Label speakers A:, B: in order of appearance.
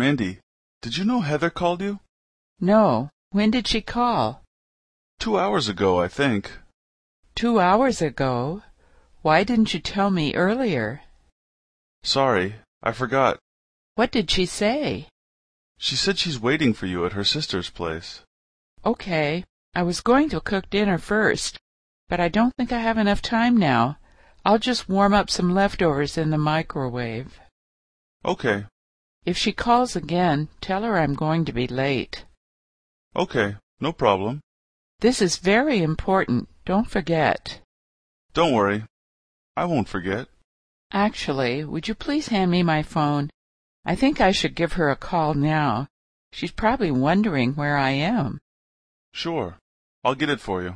A: Mandy, did you know Heather called you?
B: No. When did she call?
A: Two hours ago, I think.
B: Two hours ago? Why didn't you tell me earlier?
A: Sorry, I forgot.
B: What did she say?
A: She said she's waiting for you at her sister's place.
B: Okay. I was going to cook dinner first, but I don't think I have enough time now. I'll just warm up some leftovers in the microwave.
A: Okay,
B: If she calls again, tell her I'm going to be late.
A: okay, no problem.
B: This is very important. Don't forget.
A: Don't worry. I won't forget.
B: Actually, would you please hand me my phone? I think I should give her a call now. She's probably wondering where I am.
A: Sure. I'll get it for you.